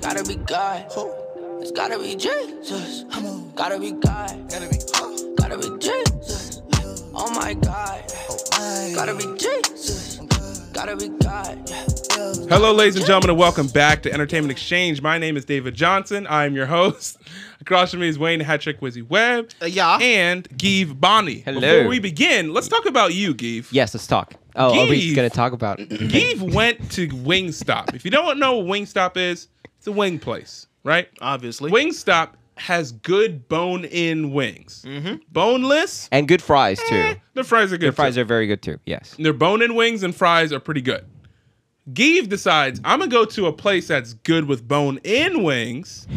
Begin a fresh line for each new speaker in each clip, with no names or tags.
God. It's gotta be Jesus. Gotta be God. Gotta be Jesus. Oh my God. Gotta be Jesus. Gotta be God.
Hello, ladies and gentlemen, and welcome back to Entertainment Exchange. My name is David Johnson. I am your host. Across from me is Wayne Hatrick Wizzy Webb.
Uh, yeah.
And Geeve Bonnie.
Hello.
Before we begin, let's talk about you, Geeve.
Yes, let's talk. Oh, are we
Geef.
gonna talk about?
Geeve went to Wingstop. If you don't know what Wingstop is, it's a wing place, right?
Obviously.
Wingstop has good bone-in wings.
Mm-hmm.
Boneless,
and good fries
eh, Mm.
too.
the fries are good.
Their fries
too.
are very good too. Yes.
Their bone-in wings and fries are pretty good. Geeve decides I'm gonna go to a place that's good with bone-in wings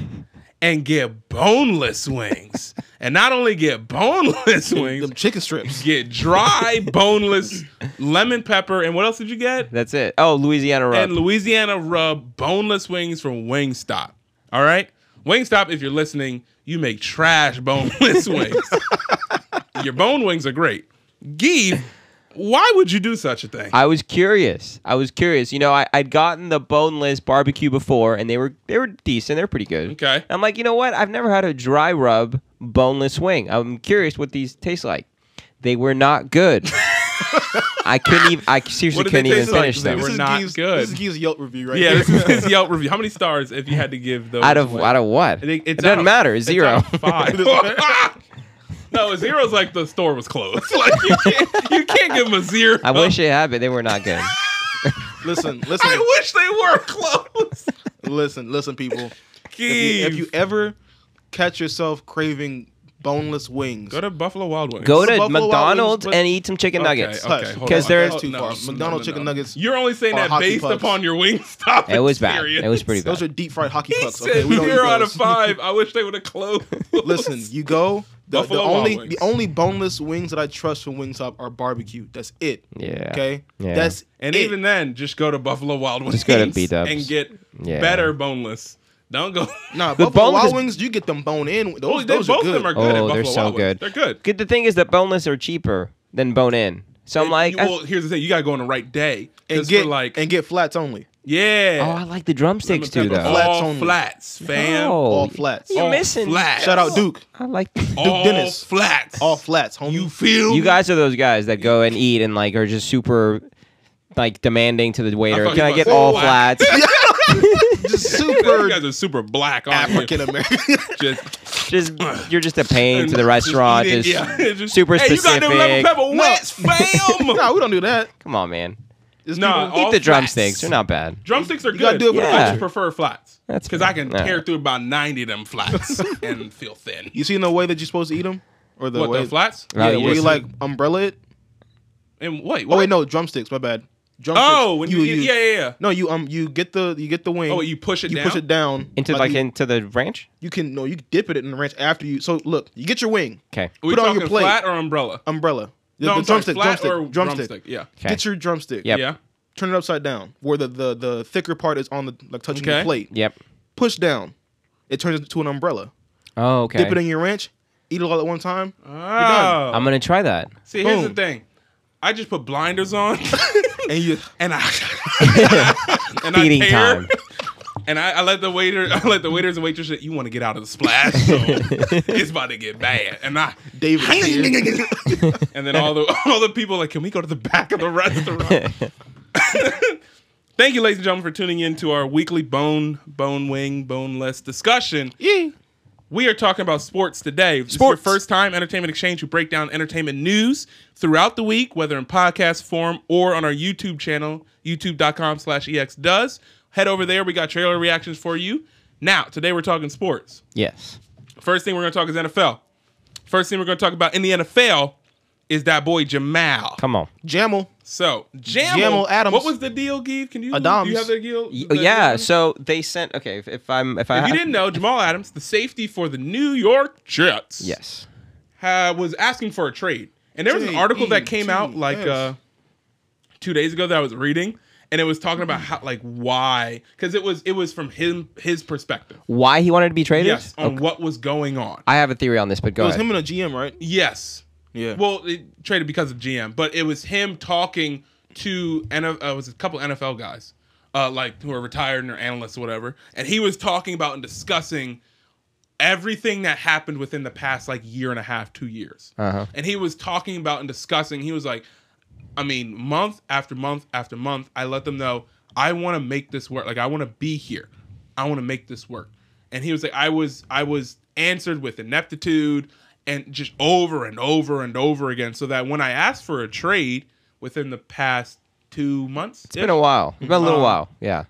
and get boneless wings, and not only get boneless wings,
Them chicken strips.
get dry boneless lemon pepper, and what else did you get?
That's it. Oh, Louisiana rub.
and Louisiana rub boneless wings from Wingstop. All right? Wingstop, if you're listening, you make trash boneless wings. Your bone wings are great. Gee, why would you do such a thing?
I was curious. I was curious. You know, I, I'd gotten the boneless barbecue before, and they were they were decent. They're pretty good.
Okay.
I'm like, you know what? I've never had a dry rub boneless wing. I'm curious what these taste like. They were not good. I couldn't even. I seriously
What did they
couldn't even
taste like?
finish
They
them.
were
is
not
Geeves-
good.
This is Geeves' Yelp review right here.
yeah, this is his Yelp review. How many stars if you had to give those?
out of
away?
out of
I
what?
think
it
it's
doesn't
out of-
matter.
it's
Zero.
out of five. no, a zero's like the store was closed. Like you can't, you can't give them a zero.
I wish it had, but they were not good.
listen, listen,
I wish they were closed.
listen, listen, people. If you,
Gee,
if you ever catch yourself craving boneless wings,
go to Buffalo Wild Wings.
Go
Buffalo
to
Wild Wings,
McDonald's
but-
and eat some chicken nuggets.
okay.
hold
Because
on.
they're-
Oh,
That's too
no,
far.
no,
McDonald's
no,
chicken
no.
nuggets
You're only saying
are
that
hockey
based
pucks.
upon your Wingstop.
It was bad. It was pretty bad.
those are deep fried hockey
He
pucks.
said
Okay, we don't eat
zero out of
those.
five. I wish they would have closed.
Listen, you go. The, the
Buffalo Wild
only
Wings.
the only boneless wings that I trust from Wingstop are barbecue. That's it.
Yeah.
Okay.
Yeah.
That's
and
it.
even then, just go to Buffalo Wild Wings.
Just go to B-dubs.
and get
Yeah.
better boneless. Don't go.
nah,
the
Buffalo
bone-
Wild Wings. You get them bone in. Those,
Oh, they,
those
both
are good.
of them are good. at
Oh,
Buffalo
they're so
Wild Wings.
good.
They're good.
Good. The thing is that boneless are cheaper than bone in. So I'm like,
You-
I- oh,
well, here's the thing: you gotta go on the right day
and
Just
get
for like,
and get flats only.
oh,
yeah,
I like the drumsticks too,
Remember,
though.
Flats
all
only.
flats, fam.
Oh,
All flats.
You're
All
missing.
flats.
Shout out Duke.
I like.
all
Dennis.
flats.
All flats, homie.
You feel me?
you guys are those guys that go and eat and like are just super, like demanding to the waiter.
thought
Can
you
I
were
get
like,
all
"Oh,
flats?
just
You
super
guys are super black, aren't you?
African American.
Just
just you're just a pain to the
Just
restaurant.
eat it,
Just,
yeah. Just,
super
hey,
specific.
You got them lemon pepper wets,
no,
fam.
we don't do that.
Come on, man.
It's
Nah,
people-
all
eat the
flats.
drumsticks. They're not bad.
Drumsticks are
You gotta
good.
do it with
Yeah.
I just prefer flats.
That's
because
fair.
I can
All
tear
right.
through about ninety of them flats and feel thin.
you seen the way that you're supposed to eat them, or the
what
way
the flats?
Yeah,
Right. Oh, you
where you
just-
like umbrella it?
And wait,
Oh
what?
wait, no, drumsticks. My bad. Drumsticks.
Oh, when you, you- yeah, yeah, yeah.
No, you um, you get the you get the wing.
Oh, wait, you push it
you
down.
push it down
Into like
you,
into the ranch.
you can no, you can dip it in the ranch after you. So look, you get your wing,
Okay.
Are we
put it on
talking
your plate.
flat or umbrella?
umbrella. The,
no,
the
I'm sorry, flat or
drumstick,
Yeah,
Okay.
Get your drumstick.
Yep.
yeah.
Turn it upside down, where the the, the thicker part is on the like touching
Okay.
the plate.
Yep.
Push down, it turns into an umbrella.
Oh, okay.
Dip it in your ranch, eat it all at one time.
Oh,
I'm gonna try that.
see, here's the
Boom.
thing. I just put blinders on,
And you
and I and I
Feeding
tear.
time.
And I, I let the waiter, I let the waiters and waitresses. You want to get out of the splash zone? it's about to get bad. And I,
David. here.
and then all the all the people like, can we go to the back of the restaurant? Thank you, ladies and gentlemen, for tuning in to our weekly bone, bone wing, boneless discussion. We are talking about sports today. If This
Sports.
is your first time, Entertainment Exchange, we break down entertainment news throughout the week, whether in podcast form or on our YouTube channel, youtube.com slash exdoes. Head over there. We got trailer reactions for you. Now, today we're talking sports.
Yes.
First thing we're going to talk is NFL. First thing we're going to talk about in the NFL is that boy Jamal.
Come on.
Jamal.
So Jamal,
Jamal Adams.
What was the deal, Give? Can you
Adams.
do you have the deal?
Y- oh,
the-
yeah. So they sent. Okay. If, if I'm if I
If
ha-
you didn't know, Jamal Adams, the safety for the New York Jets,
Yes.
ha- was asking for a trade. And there was an article that came out like
J E T S.
uh, two days ago that I was reading, and it was talking about how like why because it was it was from him his perspective.
Why he wanted to be traded?
Yes, Um, on what was going on.
I have a theory on this, but go
It was
ahead.
him and a GM, right?
Yes.
Yeah.
Well, it traded because of GM, but it was him talking to and uh, it was a couple NFL guys uh, like who are retired and are analysts or whatever, and he was talking about and discussing everything that happened within the past like year and a half, two years.
Uh-huh.
And he was talking about and discussing. He was like, I mean, month after month after month, I let them know I want to make this work. Like I want to be here. I want to make this work. And he was like, I was I was answered with ineptitude and just over and over and over again. So that when I asked for a trade within the past two months,
It's been a while. It's been a little
Um,
while. Yeah.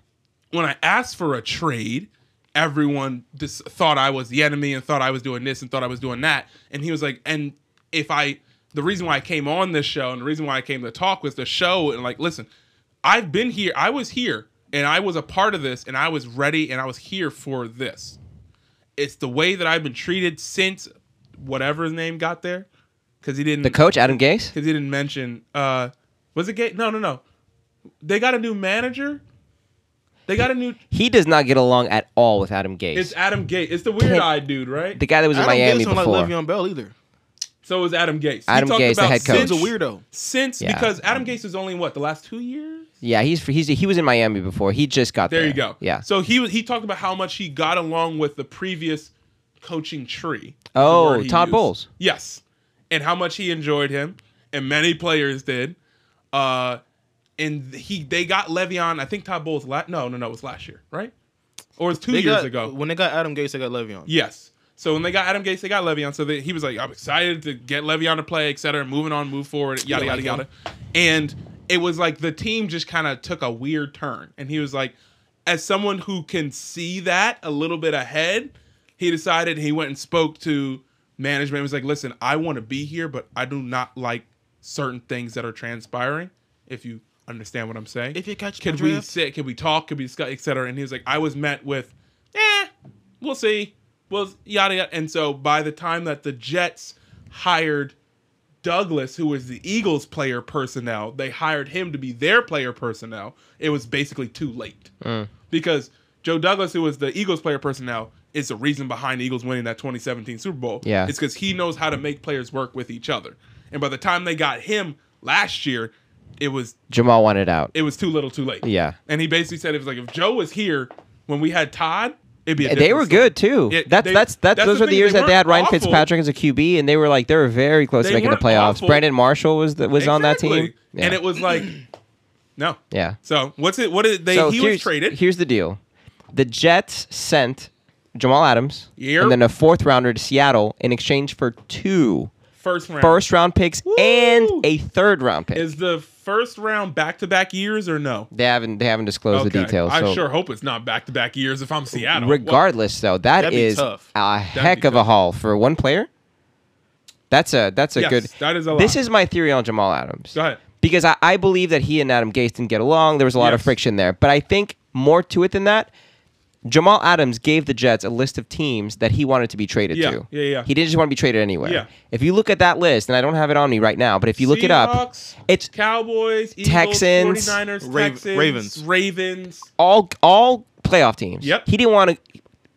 when I asked for a trade, everyone just thought I was the enemy and thought I was doing this and thought I was doing that. And he was like, and if I, the reason why I came on this show and the reason why I came to talk was the show and like, listen, I've been here, I was here and I was a part of this and I was ready and I was here for this. It's the way that I've been treated since whatever his name got there. Cause he didn't
The coach, Adam Gase?
because he didn't mention. Uh, was it Gate? No, no, no. They got a new manager. They got a new.
He does not get along at all with Adam Gase.
It's Adam Gate. It's the weird eyed dude, right?
the guy that was in
I don't get
Miami
someone
before.
like Le'Veon Bell either.
so it was Adam Gates.
Adam Gase,
Gates,
the head coach.
He's a weirdo.
Since
Yeah.
because Adam Gates is only what the last two years.
yeah, he's he's he was in Miami before. He just got there.
There you go.
Yeah.
So he was he talked about how much he got along with the previous coaching tree. is the
Oh,
word he
Todd Bowles.
Yes, and how much he enjoyed him, and many players did. Uh, and he they got Le'Veon. I think Todd Bowles. La- no, no, no. It was last year, right? Or it was two
They
years
got-
ago.
when they got Adam Gates, they got Le'Veon.
Yes. So
Mm.
when they got Adam Gates, they got Le'Veon. So they, he was like, I'm excited to get Le'Veon to play, et cetera, moving on, move forward, yada,
Yeah,
yada,
like
yada. And it was like the team just kind of took a weird turn. And he was like, as someone who can see that a little bit ahead, he decided he went and spoke to management and was like, listen, I want to be here, but I do not like certain things that are transpiring, if you understand what I'm saying
If you catch
can
Can
we sit? Can we talk? Can we discuss, etc. And he was like, I was met with, eh, we'll see, well, yada yada. And so by the time that the Jets hired Douglas, who was the Eagles' player personnel, they hired him to be their player personnel. It was basically too late because Joe Douglas, who was the Eagles' player personnel, is the reason behind the Eagles winning that 2017 Super Bowl.
Yeah.
it's because he knows how to make players work with each other. And by the time they got him last year, it was
Jamal wanted out.
it was too little, too late.
Yeah.
And he basically said it was like if Joe was here when we had Todd, it'd be. A
they
different
were
story.
good too.
Yeah,
that's,
they-
that's that's
that's
those
the
were the
thing,
years
they
that they had
weren't
Ryan
awful.
Fitzpatrick as a QB, and they were like they were very close
They
to making the
weren't
playoffs.
awful.
Brandon Marshall was the, was on that team,
Exactly.
yeah.
And it was like, no.
yeah.
So what's it? What did they?
so
he
here's,
was traded.
Here's the deal: the Jets sent Jamal Adams
Yep.
and then a fourth rounder to Seattle in exchange for two
first round.
first round picks
Woo!
and a third round pick.
is the first round back to back years or no?
they haven't they haven't disclosed the details.
I
so
sure hope it's not back to back years if I'm Seattle.
regardless, though, that
That'd be
is
tough.
a heck
be
of a
tough.
haul for one player. That's a that's a
Yes,
good.
that is a
This
lot.
is my theory on Jamal Adams.
Go ahead.
Because I, I believe that he and Adam Gase didn't get along. There was a lot of
Yes.
friction there, but I think more to it than that. Jamal Adams gave the Jets a list of teams that he wanted to be traded
Yeah,
to.
yeah, yeah.
He didn't just want to be traded anywhere.
Yeah.
If you look at that list, and I don't have it on me right now, but if you look it up,
Seahawks,
it's
Cowboys, Eagles,
Texans,
49ers,
Raven-
Texans,
Ravens.
Ravens.
all all playoff teams.
Yep.
He didn't want to.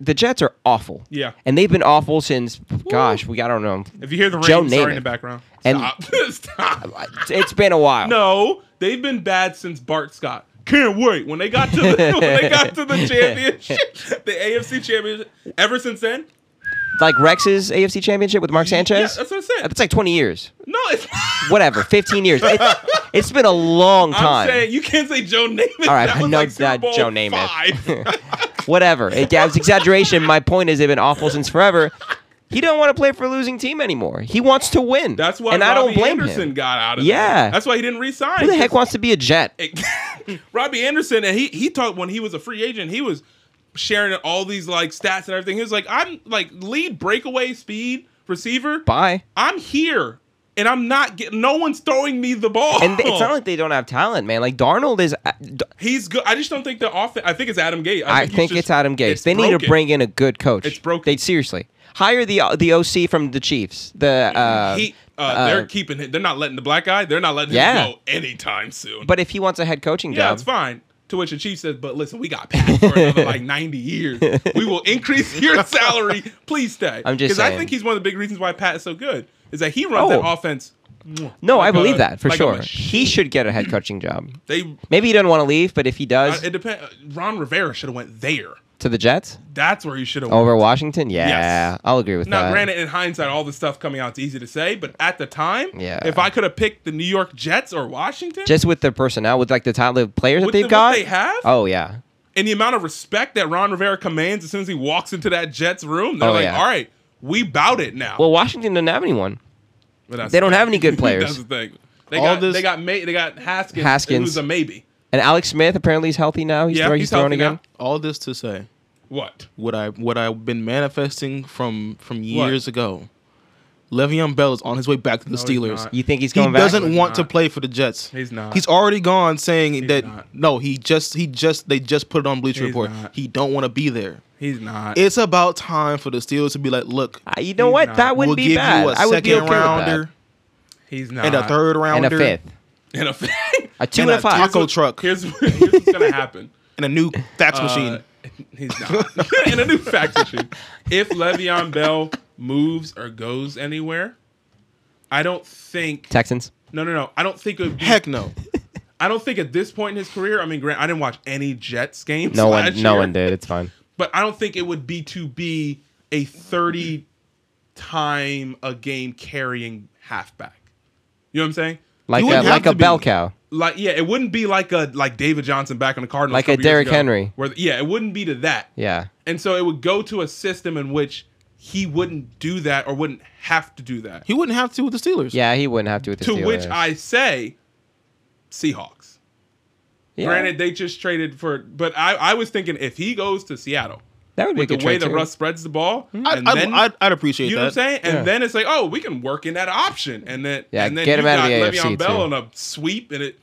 The Jets are awful.
Yeah.
And they've been awful since. Gosh, we I don't know.
If you hear the rain
Joe
sorry
Namath.
in the background,
And-
stop. stop.
It's been a while.
No, they've been bad since Bart Scott. Can't wait when they got to the when they got to the championship, the AFC championship. Ever since then,
Like Rex's AFC Championship with Mark Sanchez.
yeah, that's what I said.
That's like 20 years.
No, it's
Whatever, 15 years. It's, it's been a long
I'm
time.
saying you can't say Joe Namath.
All right, I
was
know
like Super
that
Bowl
Joe Namath.
five.
Whatever. It, yeah, it's exaggeration. My point is, they've been awful since forever. He don't want to play for a losing team anymore. He wants to win.
That's why
and
Robbie
I don't blame
Anderson
him.
got out of
Yeah.
That. That's why he didn't resign.
Who the heck wants to be a Jet?
Robbie Anderson, and he he talked when he was a free agent, he was sharing all these like stats and everything. He was like, I'm like lead breakaway speed receiver.
Bye.
I'm here, and I'm not getting. No one's throwing me the ball.
And it's
Oh.
not like they don't have talent, man. Like Darnold is. uh,
he's good. I just don't think the offense. I think it's Adam Gates.
I think
he's
it's
just-
Adam Gase.
it's
They need to
broken.
bring in a good coach.
It's broken.
They seriously hire the uh, the OC from the Chiefs. The uh,
He, uh,
uh,
they're keeping it. They're not letting the black guy. They're not letting
Yeah.
him go anytime soon.
but if he wants a head coaching
yeah,
job,
it's fine. To which the chief says, "But listen, we got Pat for another like ninety years. We will increase your salary. Please stay."
I'm just
I
saying.
think he's one of the big reasons why Pat is so good is that he runs
Oh.
that offense
No,
Like
I believe
a-
that for
like a
sure.
machine.
He should get a head coaching job.
They,
Maybe he doesn't want to leave, but if he
uh,
does
it depend. Ron Rivera should have went there.
to the Jets
That's where he should have went.
over Washington, yeah,
Yes.
I'll agree with
Now,
that.
granted, in hindsight, all the stuff coming out is easy to say, but at the time,
Yeah.
if I could have picked the New York Jets or Washington,
Just with the personnel, with like the talent, the players
With
that
the- what
they've got,
they have?
Oh yeah,
and the amount of respect that Ron Rivera commands as soon as he walks into that Jets room, they're
Oh,
like,
yeah.
all right, we bout it now.
Well, Washington doesn't have anyone.
But that's
they
the
don't
thing.
have any good players.
that's the thing. They
All
got
this-
they got May, they got Haskins,
Haskins.
who's a maybe.
And Alex Smith apparently is healthy now. He's,
Yeah,
throwing,
he's
he's throwing
healthy now.
again.
All this to say,
What?
what I what I've been manifesting from from years ago. Le'Veon Bell is on his way back to the
he's
Steelers.
not.
You think he's
He
going back?
doesn't
He's
want to
not.
play for the Jets.
He's not.
He's already gone saying that
not.
no, he just he just they just put it on Bleacher
He's
Report.
not.
He don't want to be there.
He's not.
It's about time for the Steelers to be like, look,
Uh, you know
He's
what?
not.
That wouldn't
we'll
be
give
bad.
you a
I would
second
be okay
rounder
with
he's not.
and a third
that. And
rounder
a fifth,
And a fifth.
a two
and
and,
a
a five.
taco truck
Here's, here's what's gonna happen.
and a new fax machine.
Uh, he's not. and a new fact machine. If Le'Veon Bell moves or goes anywhere, I don't think.
Texans.
No, no, no. I don't think it would be
Heck no.
I don't think at this point in his career, I mean, Grant, I didn't watch any Jets games.
No
last
one. No
year,
one did. It's fine.
But I don't think it would be to be a 30 time a game carrying halfback. You know what I'm saying?
Like a,
wouldn't have
like
to
a
be.
bell cow.
Like, yeah, it wouldn't be like a like David Johnson back on the Cardinals,
Like a
couple years
Derrick
ago,
Henry.
Where, yeah, it wouldn't be to that.
Yeah.
And so it would go to a system in which he wouldn't do that or wouldn't have to do that.
He wouldn't have to with the Steelers.
Yeah, he wouldn't have to with the
to
Steelers.
which I say, Seahawks.
yeah,
Granted, they just traded for, but I, I was thinking if he goes to Seattle,
that would be a
with the
good
way
trade
that
too.
Russ spreads the ball,
I,
and
I,
then
Hmm. I'd, I'd appreciate
you know
that.
what I'm saying, and
Yeah.
then it's like, oh, we can work in that option, and then
Yeah,
and then
get
you
him out of
got
the
Le'Veon
AFC
Bell on
too.
a sweep, and it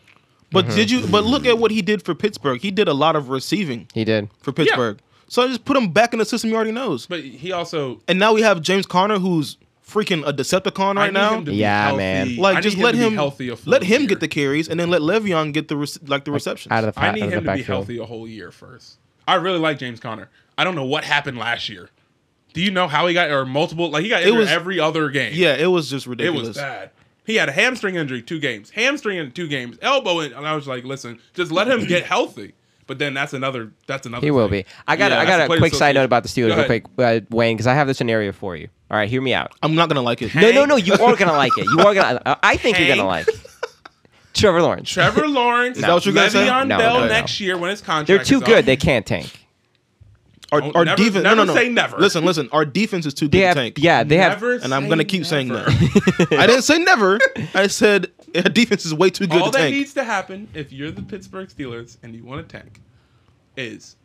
But
Mm-hmm.
did you? But look at what he did for Pittsburgh. He did a lot of receiving
He did.
for Pittsburgh. So just put him back in the system he already knows.
but he also
And now we have James Conner, who's freaking a Decepticon
I
right
need
now.
him to be
Yeah,
healthy.
man.
I
like,
need
just let
to be
him
healthy a full
let him
year.
get the carries, and then let Le'Veon get the rec- like the receptions.
Out of the,
I
out
need
of the
him to be
backfield.
healthy a whole year first. I really like James Conner. I don't know what happened last year. Do you know how he got or multiple? Like he got injured
was-
every other game.
yeah, it was just
It
ridiculous.
was bad. He had a hamstring injury two games, hamstring in two games, elbow in, and I was like, listen, just let him get healthy. But then that's another. That's another.
He will
thing.
be. I got.
Yeah,
to
that's
I
the
got a
players
quick side note about the
association.
Steelers, real
Go ahead.
quick, uh, Wayne, because I have this scenario for you. All right, hear me out.
I'm not gonna like it.
No, no, no. You are gonna like it. You are gonna. I- I think you're gonna
Hank.
like Trevor Lawrence.
Trevor Lawrence,
that what you're gonna say?
Le'Veon
No,
Bell
no, no.
next year when his contract.
They're too
is up.
good. They can't tank.
Our,
Don't-
our
Oh, never-
defense.
never
no, no, no.
say never.
Listen, listen. Our defense is too
They
good
have.
to tank.
Yeah, they have.
Never
And I'm
say
gonna keep saying
never.
that. I didn't say never. I said our defense is way too good
All
to
that
tank.
needs to happen if you're the Pittsburgh Steelers and you want to tank is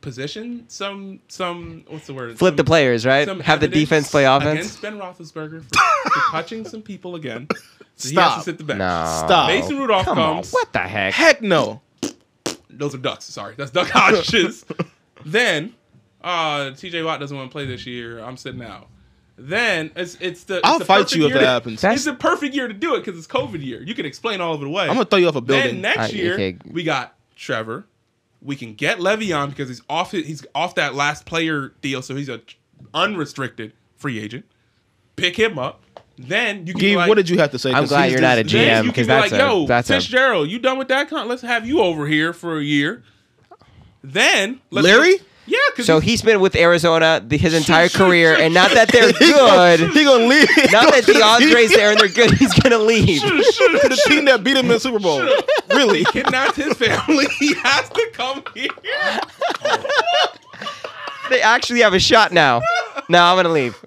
position some some what's the word
Flip the
Some-
players, right?
some
Have the
evidence
defense play offense.
against Ben Roethlisberger for, for touching some people again. So He has to
Stop.
sit the bench.
No.
Stop.
Mason Rudolph
Come on.
comes.
What the heck?
Heck no.
Those are ducks. Sorry, that's Duck Hodges. then, uh, T.J. Watt doesn't want to play this year. I'm sitting out. Then it's it's the. It's
I'll
the
fight
perfect
you if
year
that
to-
happens.
It's the perfect year to do it because it's COVID year. You can explain all of it away.
I'm gonna throw you off a building.
Then next
I-
year
okay.
we got Trevor. We can get Le'Veon because he's off. He's off that last player deal, so he's a unrestricted free agent. Pick him up. Then you can be
Gabe,
like,
what did you have to say?
I'm
'Cause
glad
he's
you're
just-
not a
then
GM
you can
because
be like,
that's
yo,
a that's a.
Fitzgerald, you done with that? Con- let's have you over here for a year. Then let's-
Larry?
yeah, because
So he's been with Arizona the, his entire career, and not that they're good.
He gonna leave.
Not that DeAndre's there and they're good. He's gonna leave.
to the team that beat him in the Super Bowl. Really?
kidnapped his family. he has to come here.
They actually have a shot now. No, I'm gonna leave.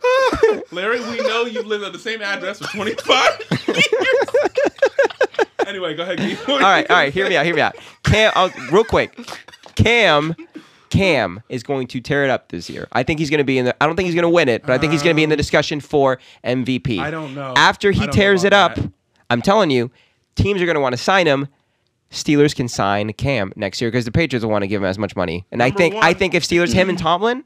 Larry, we know you've lived at the same address for 25 years. anyway, go ahead. Keith.
All right, all right. Hear me out. Hear me out. Cam, I'll, real quick. Cam, Cam is going to tear it up this year. I think he's going to be in the. I don't think he's going to win it, but I think he's going to be in the discussion for MVP.
Uh, I don't know.
After
I
he
don't know
tears it up,
about that.
I'm telling you, teams are going to want to sign him. Steelers can sign Cam next year because the Patriots will want to give him as much money. And I
Number
think I
one.
think if Steelers him and Tomlin,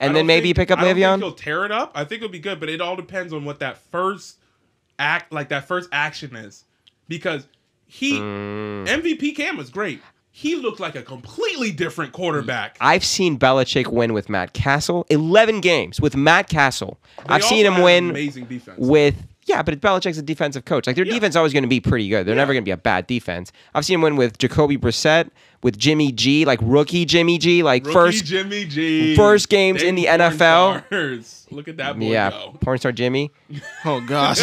I
and then
don't
maybe
think-
pick up
I don't think
Le'Veon.
He'll tear it up. I think it'll be good, but it all depends on what that first
Mm.
act, like that first action is, because he MVP Cam was great. he looked like a completely different quarterback.
I've seen Belichick win with Matt Castle. Eleven games with Matt Castle.
They
I've seen
also
him
had
win
Amazing defense.
with yeah, but Belichick's a defensive coach. Like their
Yeah.
defense is always going to be pretty good. They're never going to be a bad defense. I've seen him win with Jacoby Brissett, with Jimmy G, like rookie Jimmy G, like
Rookie
first
Jimmy G.
first games in the
Dave Porn
NFL.
stars. Look at that boy
yeah,
go.
porn star Jimmy.
Oh gosh.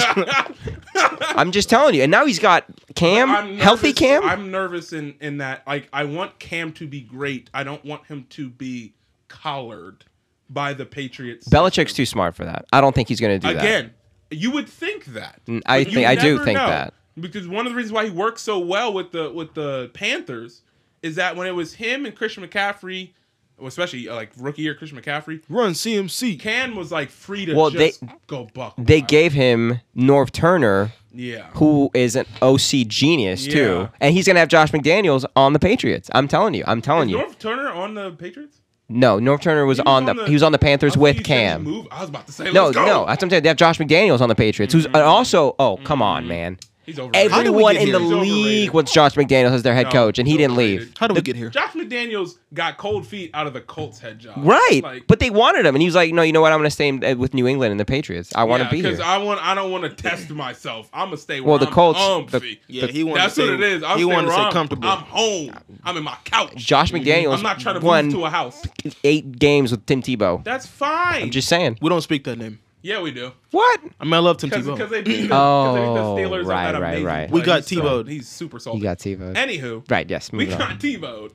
I'm just telling you. And now he's got Cam,
I'm
healthy
nervous-
Cam.
I'm nervous in in that like I want Cam to be great. I don't want him to be collared by the Patriots.
Belichick's
system.
too smart for that. I don't think he's going to do that. Mm,
again. You would think that.
I
but you
think- I do
never
think
know.
that.
because one of the reasons why he worked so well with the with the Panthers is that when it was him and Christian McCaffrey, well, especially uh, like rookie year Christian McCaffrey,
Run CMC.
Can was like free to
Well, they-
just go buck.
They
wild.
gave him North Turner,
yeah.
who is an OC genius
Yeah.
too, and he's going to have Josh McDaniels on the Patriots. I'm telling you. I'm telling you.
North Turner on the Patriots?
No, North Turner was,
He was
on, the, he was on the
I
Panthers
thought
with
you said he
Cam.
moved- I was about to say
No,
let's go. Mm-hmm.
no, that's what I'm saying. They have Josh McDaniels on the Patriots, who's and also oh come on, man.
He's overrated.
How did we
Everyone
get
in the
here? He's
league
overrated.
wants Josh McDaniels as their head
No,
coach, and he
he's
didn't
overrated.
leave.
How did we get here?
Josh McDaniels got cold feet out of the Colts head job.
Right,
Like,
but they wanted him, and he was like, "No, you know what? I'm going to stay in- uh, with New England and the Patriots. I want
yeah,
to be here."
I want. I don't want to test myself. I'm gonna stay. Where
Well, the
I'm
Colts-
comfy.
the-
Yeah, he wanted
That's
to
what
stay-
it is. I'm
he wanted to
where
stay
I'm-
comfortable.
I'm home. I'm in my couch. Mm-hmm.
Josh McDaniels
I'm not trying to
won
move to a house.
eight games with Tim Tebow.
That's fine.
I'm just saying.
We don't speak that name.
yeah, we do.
What?
Oh.
I mean, I love Tim
Because
Tebow.
they beat the, 'cause they beat the
Oh,
Steelers on
right,
that
right,
amazing
right.
play.
We got
He's so-
T-boned.
He's super salty.
You got Tebow.
Anywho,
Right. Yes.
we
Moving on.
got T-boned.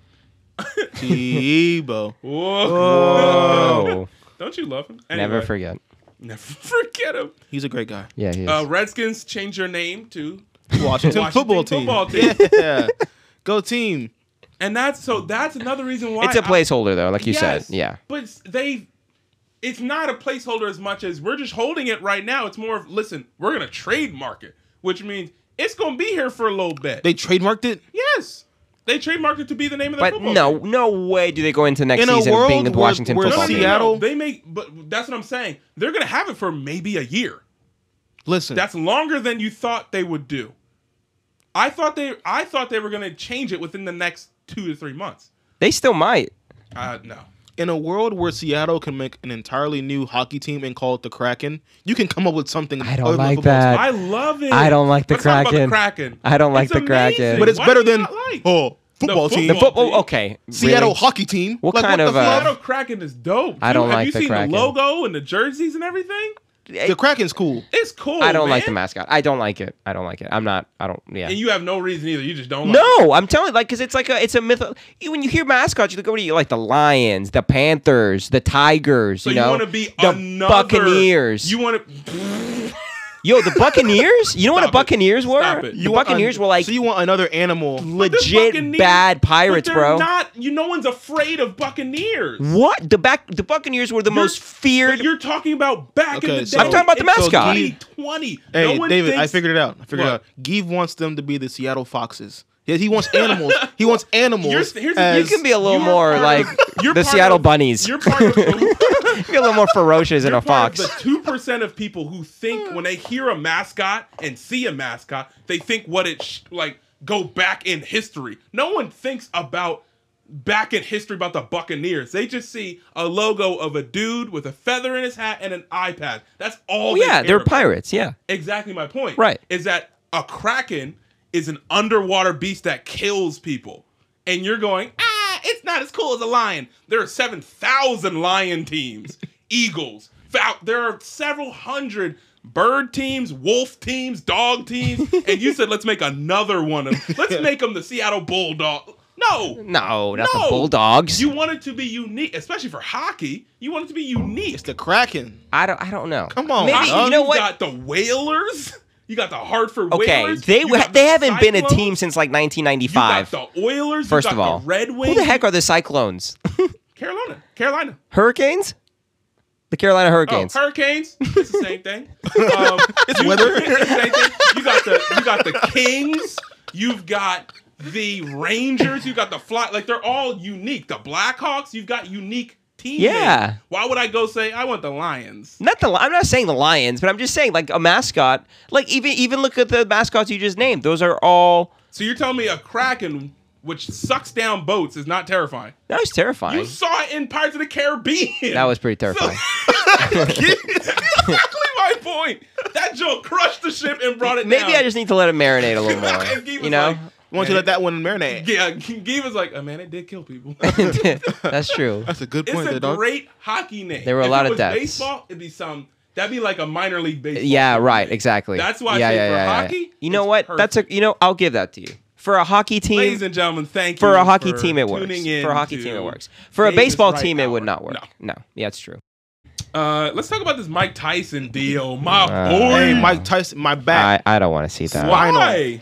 Tebow.
Whoa.
Oh,
Don't you love him?
never
Anyway,
forget.
Never forget him.
He's a great guy.
Yeah. He is.
Uh, Redskins change your name to
Washington,
Washington
football team.
Football team.
yeah. Go team.
and that's so that's another reason why
it's a
I-
placeholder, though, like you
Yes,
said. Yeah.
But it's- they it's not a placeholder as much as we're just holding it right now. It's more of listen, we're gonna trademark it, which means it's gonna be here for a little bit.
They trademarked it.
yes. They trademarked it to be the name of the
But
football
no,
team.
no way do they go into next
In a
season
world
being with
where-
Washington
where
football. Team.
Seattle-
They make but that's what I'm saying. They're gonna have it for maybe a year.
Listen,
That's longer than you thought they would do. I thought they I thought they were gonna change it within the next two to three months.
They still might.
Uh no.
in a world where Seattle can make an entirely new hockey team and call it the Kraken, you can come up with something.
I don't
other than
like
football
that.
team.
I love it.
I don't like the
Let's talk about
Kraken. I don't like the Kraken.
amazing.
But it's
Why
better
do you
than
not like?
oh football
The
team.
The
Football
football.
team.
Okay.
Seattle
really?
hockey team.
What
Like,
kind
the
of, uh,
Seattle Kraken is dope.
I don't
You- have
like
you
the
seen
Kraken.
the logo and the jerseys and everything?
fuck? the Kraken's cool.
It's cool.
I don't like the
Oh, man.
mascot. I don't like it. I don't like it. I'm not. I don't. Yeah.
And you have no reason either. You just don't. like it.
no, I'm telling like because it's like a it's a myth. You, when you hear mascots, you look over to you like the lions, the panthers, the tigers.
So
you
you,
know,
want to be
the
another
buccaneers.
You want to
Yo, the buccaneers. You know what
Stop
the
it.
buccaneers were?
Stop it.
The
You
want
buccaneers
an-
were like
so you want another animal?
legit bad pirates,
but they're
bro.
Not you. No one's afraid of buccaneers.
what the back? The buccaneers were the
You're-
most feared.
But you're talking about back in
Okay,
the day.
so- I'm talking
about the
It's
mascot.
2020.
Hey,
no one
David, I
thinks-
figured it out. I figured
What?
it out. Give wants them to be the Seattle Foxes. Yeah, he wants animals. he wants animals.
Here's- here's the-
you
as-
can be a little
you are
more
part of-
like
you're
the
part
Seattle
of-
bunnies.
You're part of the
be a little more ferocious than a
part of
fox.
the two percent of people who think when they hear a mascot and see a mascot, they think what it sh- like go back in history. No one thinks about back in history about the Buccaneers. They just see a logo of a dude with a feather in his hat and an eye patch. That's all.
Well,
they
Oh, yeah,
care
they're
about.
pirates. Yeah.
Exactly my point.
Right.
Is that a kraken is an underwater beast that kills people. And you're going, ah, it's not as cool as a lion. There are 7,000 lion teams, eagles. Fal- there are several hundred bird teams, wolf teams, dog teams. and you said, let's make another one of Let's make them the Seattle Bulldog. No.
No, not the
No.
bulldogs.
You want it to be unique, especially for hockey. You want it to be unique.
It's the Kraken.
I don't. I don't know.
Come on,
Maybe
dog.
you know what?
got the Whalers. You got the Hartford
Okay,
Whalers.
they
You
they
got the
haven't been a
Cyclones.
team since like
You got
1995.
the Oilers.
First
you
of
got
all,
the Red Wings.
who the heck are the Cyclones?
Carolina. Carolina.
Hurricanes? The Carolina
Oh,
Hurricanes.
Hurricanes. It's the same thing. Um, it's
weather.
the same thing. You got the you got the Kings. You've got the Rangers. You got the Fly. Like they're all unique. The Blackhawks. You've got unique teams.
Yeah.
Why would I go say I want the Lions?
not the Li- I'm not saying the Lions, but I'm just saying like a mascot. Like even even look at the mascots you just named. Those are all
So you're telling me a Kraken which sucks down boats, is not terrifying.
That was terrifying.
You saw it in Pirates of the Caribbean.
That was pretty terrifying.
exactly my point. That joke crushed the ship and brought it
Maybe
down.
I just need to let it marinate a little
And
more.
Gee was
You know,
like-
Why don't you let that one marinate?
yeah, Gee was like, oh, man, it did kill people.
that's true.
That's a good
It's
point
a
there, dog.
great hockey name.
There were a
If it
lot of
was
deaths.
Baseball, it'd be some. That'd be like a minor league baseball.
Yeah,
team.
right. Exactly.
That's why I
yeah,
say
yeah,
for
yeah, yeah.
hockey,
You know
it's
what? That's a. You know, I'll give that to you for a hockey team.
Ladies and gentlemen, thank you
for a hockey
for
team, it works.
tuning in
For a hockey
to
team, it works. For a
Davis
baseball
Wright
team, it would
Hour.
not work. No, yeah, it's true.
Uh, let's talk about this Mike Tyson deal. My
Uh,
boy,
Hey, Mike Tyson, my back.
I, I don't want to see that.
Why?
Why?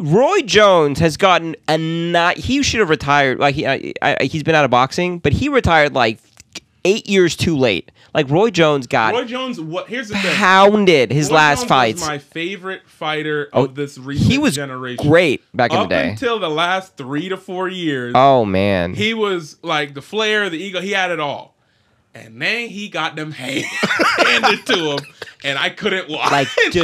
Roy Jones has gotten a not. He should have retired. Like he, I, I, he's been out of boxing, but he retired like eight years too late. Like Roy Jones got
Roy Jones. What? Here's the thing.
pounded his
Roy
last
Jones was
fights.
my favorite fighter
Oh,
of this recent
he was
generation.
great back in the
Up
day.
until the last three to four years,
oh man,
he was like the flair, the ego. He had it all, and then he got them hand- handed to him, and I couldn't watch.
like
It's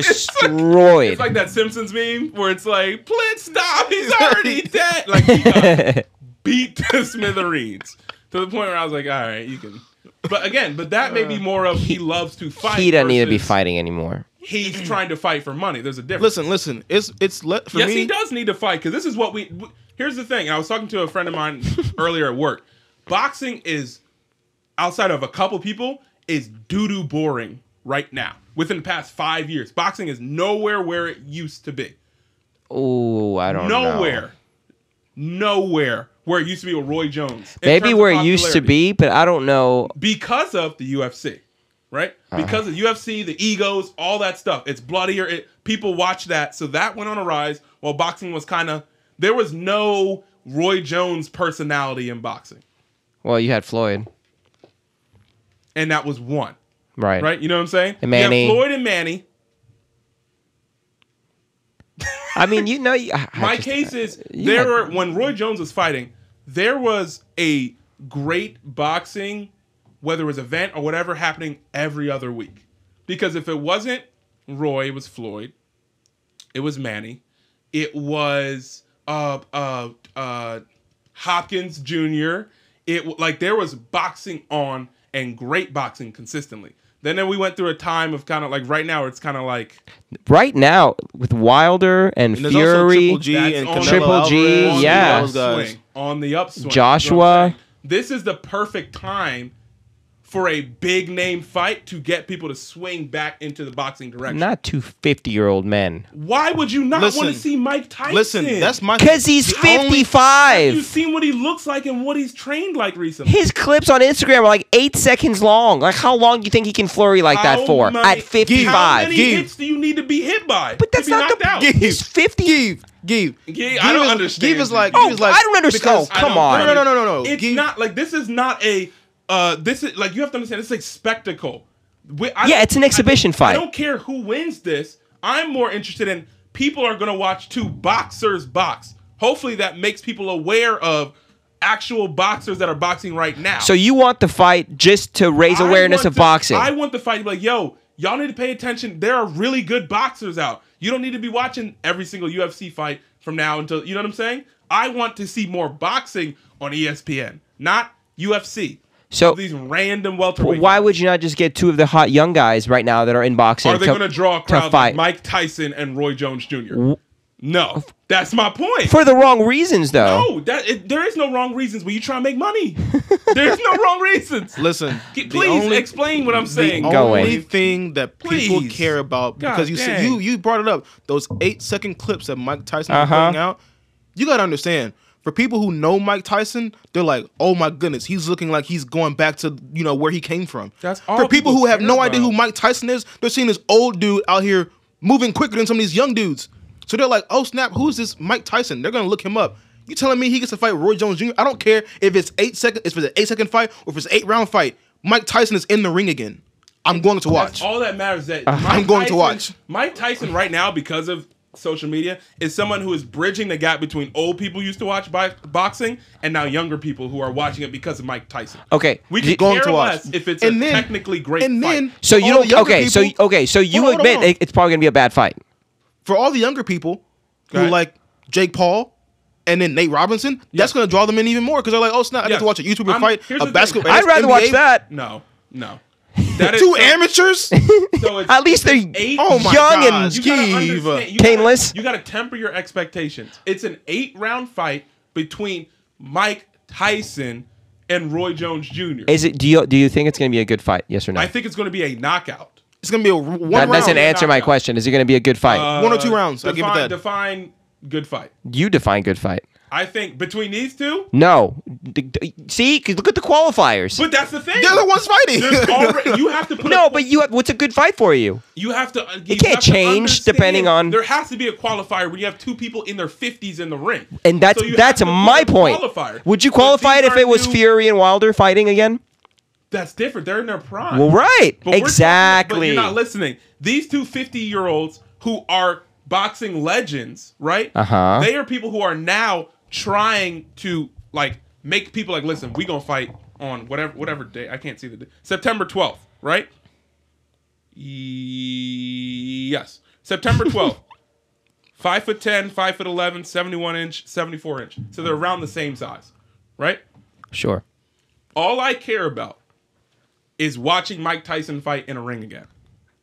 like-
destroyed.
It's like that Simpsons meme where it's like, please stop, he's already dead. Like he got beat to smithereens to the point where I was like, all right, you can. But again, but that may be more of he loves to fight.
he doesn't need to be
versus
fighting anymore.
He's trying to fight for money. There's a difference.
Listen, listen. It's it's let for
yes,
me.
he does need to fight because this is what we. w- Here's the thing. I was talking to a friend of mine earlier at work. Boxing is, outside of a couple people, is doo doo boring right now. Within the past five years, boxing is nowhere where it used to be.
Oh, I don't know.
nowhere, nowhere where it used to be with Roy Jones. in
Maybe
terms of
where it used to
popularity.
be, but I don't know.
because of the UFC, right? Because of UFC, the egos, all that stuff. It's bloodier. It, people watch that, so that went on a rise. While boxing was kind of there was no Roy Jones personality in boxing,
Well, you had Floyd,
and that was one,
right?
right? You know what I'm saying?
And Manny.
Yeah, Floyd and Manny.
I mean, you know, you, I- I
My
just-
case is
you
there
had-
were when Roy Jones was fighting, there was a great boxing, whether it was event or whatever, happening every other week. Because if it wasn't Roy, it was Floyd, it was Manny, it was uh uh uh Hopkins Jr. It w- like there was boxing on and great boxing consistently. Then, then we went through a time of kind of like right now it's kind of like
right now with Wilder and,
And there's also
Fury.
Triple G
That's
and
on
Canelo
Triple G,
Alvarez,
yeah.
those guys.
upswing, on the upswing.
Joshua.
You know what I'm saying? this is the perfect time for a big name fight to get people to swing back into the boxing direction.
not two 50 year old men.
Why would you not
Listen.
want to see Mike Tyson?
Listen, that's my
Because he's
The only-
You've
55.
seen what he looks like and what he's trained like recently.
His clips on Instagram are like eight seconds long. Like, how long do you think he can flurry like
How
that for
many-
at
Oh How
55?
many
Give.
hits do you need to be hit by?
but that's
to be
not
knocked
the.
out?
He's 50.
Give, give,
Yeah, I don't
is-
understand.
Give is like,
Oh,
give is like,
I don't understand.
because-
Oh, come on.
No, no, no, no, no, no.
It's
Give-
not like this is not a. Uh, this is like you have to understand. It's like spectacle. We- I
Yeah,
don't-
it's an
I,
exhibition
I
fight.
don't care who wins this. I'm more interested in people are gonna watch two boxers box. Hopefully, that makes people aware of actual boxers that are boxing right now.
So you want the fight just to raise
I
awareness
want
of
the-
boxing.
I want the fight to be like, yo, y'all need to pay attention. There are really good boxers out. You don't need to be watching every single UFC fight from now until you know what I'm saying. I want to see more boxing on E ESPN, not UFC.
so
These random welterweight.
Oh. why would you not just get two of the hot young guys right now that are in boxing?
are they
to-
going to draw a
to
crowd like
fight?
Mike Tyson and Roy Jones Jr.? No, that's my point.
for the wrong reasons, though.
no, that it, there is no wrong reasons when you try to make money. There's no wrong reasons.
Listen,
G-
the
Please
only-
explain what I'm saying.
Go
only
away.
thing that people
Please.
care about because you
dang.
see, you you brought it up those eight second clips that Mike Tyson was
Uh-huh.
putting out. You gotta understand. For people who know Mike Tyson, they're like, "Oh my goodness, he's looking like he's going back to you know where he came from."
That's all
For people
people
who have
care
no idea
about.
who Mike Tyson is, they're seeing this old dude out here moving quicker than some of these young dudes. So they're like, "Oh snap, who's this Mike Tyson?" They're gonna look him up. You telling me he gets to fight Roy Jones Jr.? I don't care if it's eight second, if it's an eight second fight or if it's an eight round fight. Mike Tyson is in the ring again. I'm going to watch.
All that matters is that
Uh,
Mike
I'm going to
Tyson-
watch.
Mike Tyson right now because of social media is someone who is bridging the gap between old people who used to watch bi- boxing and now younger people who are watching it because of Mike Tyson.
Okay.
we
d-
could
going
care
to watch.
less if it's a
And then-
technically great.
and
fight.
then-
So you
all the
don't.
younger
Okay. So
people-
okay. So you
Hold on, hold
admit
on.
it, it's probably gonna be a bad fight.
For all the younger people who
Right.
like Jake Paul, and then Nate Robinson, that's going to draw them in even more because they're like, oh snap, I
Yeah.
get to watch a YouTuber
I'm-
fight
here's the
a
thing.
basketball.
I'd rather watch that.
No, no. That
Two
so-
amateurs.
so it's
At least they're
eight.
Oh my
young
God.
and
You gotta
Skeeve.
understand- you
Caneless.
gotta- You got to temper your expectations. It's an eight round fight between Mike Tyson and Roy Jones Jr.
Is it? Do you do you think it's going to be a good fight? Yes or no?
I think it's going to be a knockout.
It's going to be a r- one
that
round.
doesn't answer my
knockout.
question. Is it going to be a good fight?
Uh,
One or two rounds, I'll
Define,
give it that.
define good fight.
you define good fight.
I think between these two,
No. D- d- see, 'Cause look at the qualifiers.
but that's the thing.
They're the ones
There's
fighting.
already, you have to put
no,
a-
but you have, what's a good fight for you?
you have to. It
can't change depending on-
There has to be a qualifier when you have two people in their fifties in the ring,
And that's
So you
that's
have to
my
put a
point.
Qualifier.
Would you
But
qualify it
these
if it
aren't
was
new-
Fury and Wilder fighting again?
That's different. They're in their prime.
Well, right.
But we're talking- but
exactly.
you're not listening. These two 50 year olds who are boxing legends, right?
Uh-huh.
They are people who are now trying to like make people like, listen, we gonna fight on whatever whatever day. I can't see the day. September 12th, right? Ye- Yes, September 12th. Five foot 10, five foot 11, 71 inch, 74 inch. So they're around the same size, right?
sure.
All I care about is watching Mike Tyson fight in a ring again.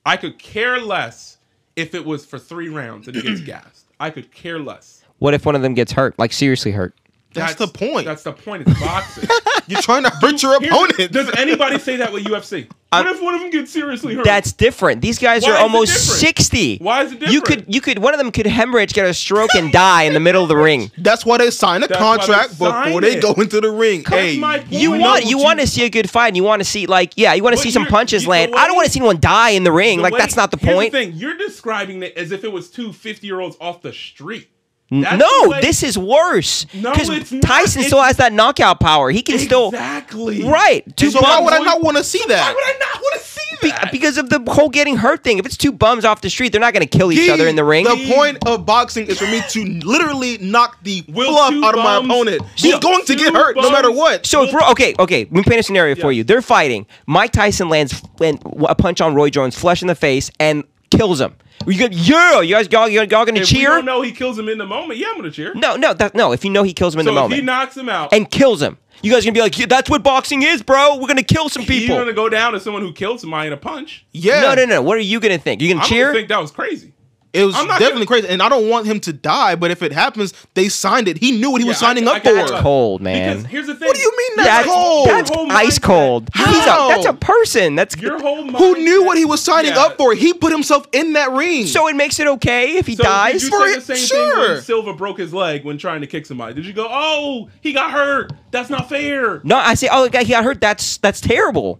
I could care less if it was for three rounds and he gets gassed. I could care less.
What if one of them gets hurt? Like seriously hurt?
That's the point.
That's the point. It's boxing.
You're trying to hurt your
Here's-
opponent.
Does anybody say that with UFC?
I'm-
what if one of them gets seriously hurt?
That's different. These guys
Why
are
is it
almost
different?
sixty.
Why is it
You
different?
could you could one of them could hemorrhage, get a stroke, and die in the middle of the ring.
That's why they sign a
That's why they
contract
sign
before they
it.
go into the ring.
That's
hey,
my point.
You
Well,
want
no,
you
but
want
you-
to see a good fight, and you want to see like yeah, you want to
But
see some
you're-
punches
you know
land.
what?
I don't want to see anyone die in the ring.
The
like
way-
that's not the
here's
point.
thing. You're describing it as if it was two 50 year olds off the street.
no, this is worse.
No,
Because
it's not.
Tyson
It's-
still has that knockout power. He can
Exactly.
still right. Two
so why
bums
would I not want to see
Why
that?
would I not want to see
be-
that?
because of the whole getting hurt thing. If it's two bums off the street, they're not going to kill each other in the ring.
The point of boxing is for me to literally knock the
Will
fluff
two
out of my
bums-
opponent. He's
Will
going to
two
get hurt no
bums-
matter what.
So if Ro- okay, okay, we paint a scenario for
Yeah.
you. They're fighting. Mike Tyson lands land- a punch on Roy Jones, flesh in the face, and kills him. You go, yeah, you guys, y'all, y'all going to
If we
cheer?
don't know he kills him in the moment, yeah, I'm gonna cheer.
No, no, that, no. If you know he kills him in
so
the
if he
moment
knocks him out,
and kills him, you guys gonna be like, yeah, that's what boxing is, bro. We're gonna kill some people.
You're gonna go down to someone who killed somebody in a punch.
yeah,
No, no, no. What are you gonna think? You gonna
I
cheer?
don't think that was crazy.
It was
I'm not
definitely
gonna-
crazy, and I don't want him to die. But if it happens, they signed it. He knew what he was
Yeah, I-
signing
I
up
can- I
for.
can-
cold,
Because
man.
here's the thing.
What do you mean that's
That's
cold?
that's
Your whole
ice
mindset-
cold. He's a,
How?
that's a person. That's
Your whole mindset,
Who knew what he was signing
Yeah.
up for? He put himself in that ring.
so it makes it okay if he
So
dies.
did you say
For
the same
sure.
thing when Silva broke his leg when trying to kick somebody? Did you go, "Oh, he got hurt. That's not fair"?
no, I say, oh, the guy he got hurt. That's that's terrible.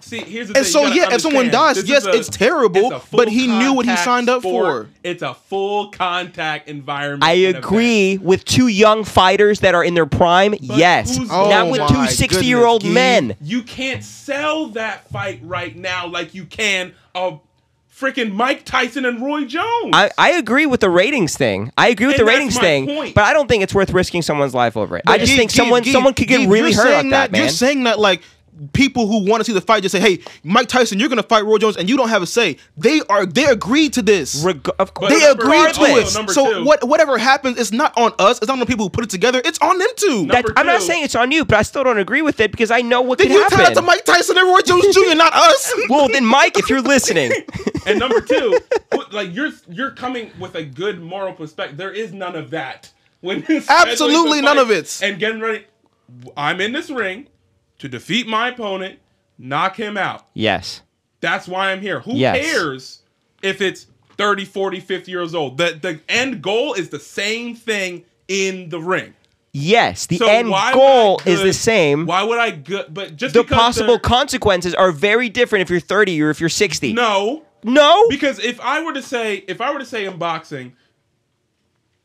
See, here's the
And
thing.
so,
you gotta
yeah, if someone
understand,
dies,
this
yes,
is a-
it's terrible,
it's a
but he
full
knew what he
contact
signed up
sport.
for.
It's a full contact environment.
I
and event.
agree with two young fighters that are in their prime. yes,
who's-
not
Oh
with
my
two 60 year old
goodness,
men.
You can't sell that fight right now like you can a freaking Mike Tyson and Roy Jones.
I, I agree with the ratings thing. I agree with
And
the
that's
ratings
my
thing,
point.
but I don't think it's worth risking someone's life over it. I
But
just
Gee,
think
Gee,
someone
Gee,
someone could get
Gee,
really
you're
hurt
saying
like that, man.
You're saying that like people who want to see the fight just say, "Hey, Mike Tyson, you're going to fight Roy Jones, and you don't have a say." They are they agreed to this.
Reg- of course,
they
number-
agreed to
also,
it.
number
So
two-
what whatever happens, it's not on us. It's not on the people who put it together. It's on them too.
That-
Number
I'm not
two-
saying it's on you, but I still don't agree with it because I know what
Did
could
you
happen.
tell that to Mike Tyson and Roy Jones Jr., not us?
Well, then, Mike, if you're listening,
and number two, who- like you're you're coming with a good moral perspective. There is none of that. When you scheduling
Absolutely
the
none
fight
of it.
And getting ready, I'm in this ring to defeat my opponent, knock him out.
yes,
That's why I'm here. Who
Yes.
cares if it's 30, 40, 50 years old? The the end goal is the same thing in the ring.
yes, the
So
end
why would I
goal is the
good-
same.
Why would I good? But just
the
because
possible
they're-
consequences are very different if you're 30 or if you're 60.
no,
no,
because if I were to say, if I were to say in boxing,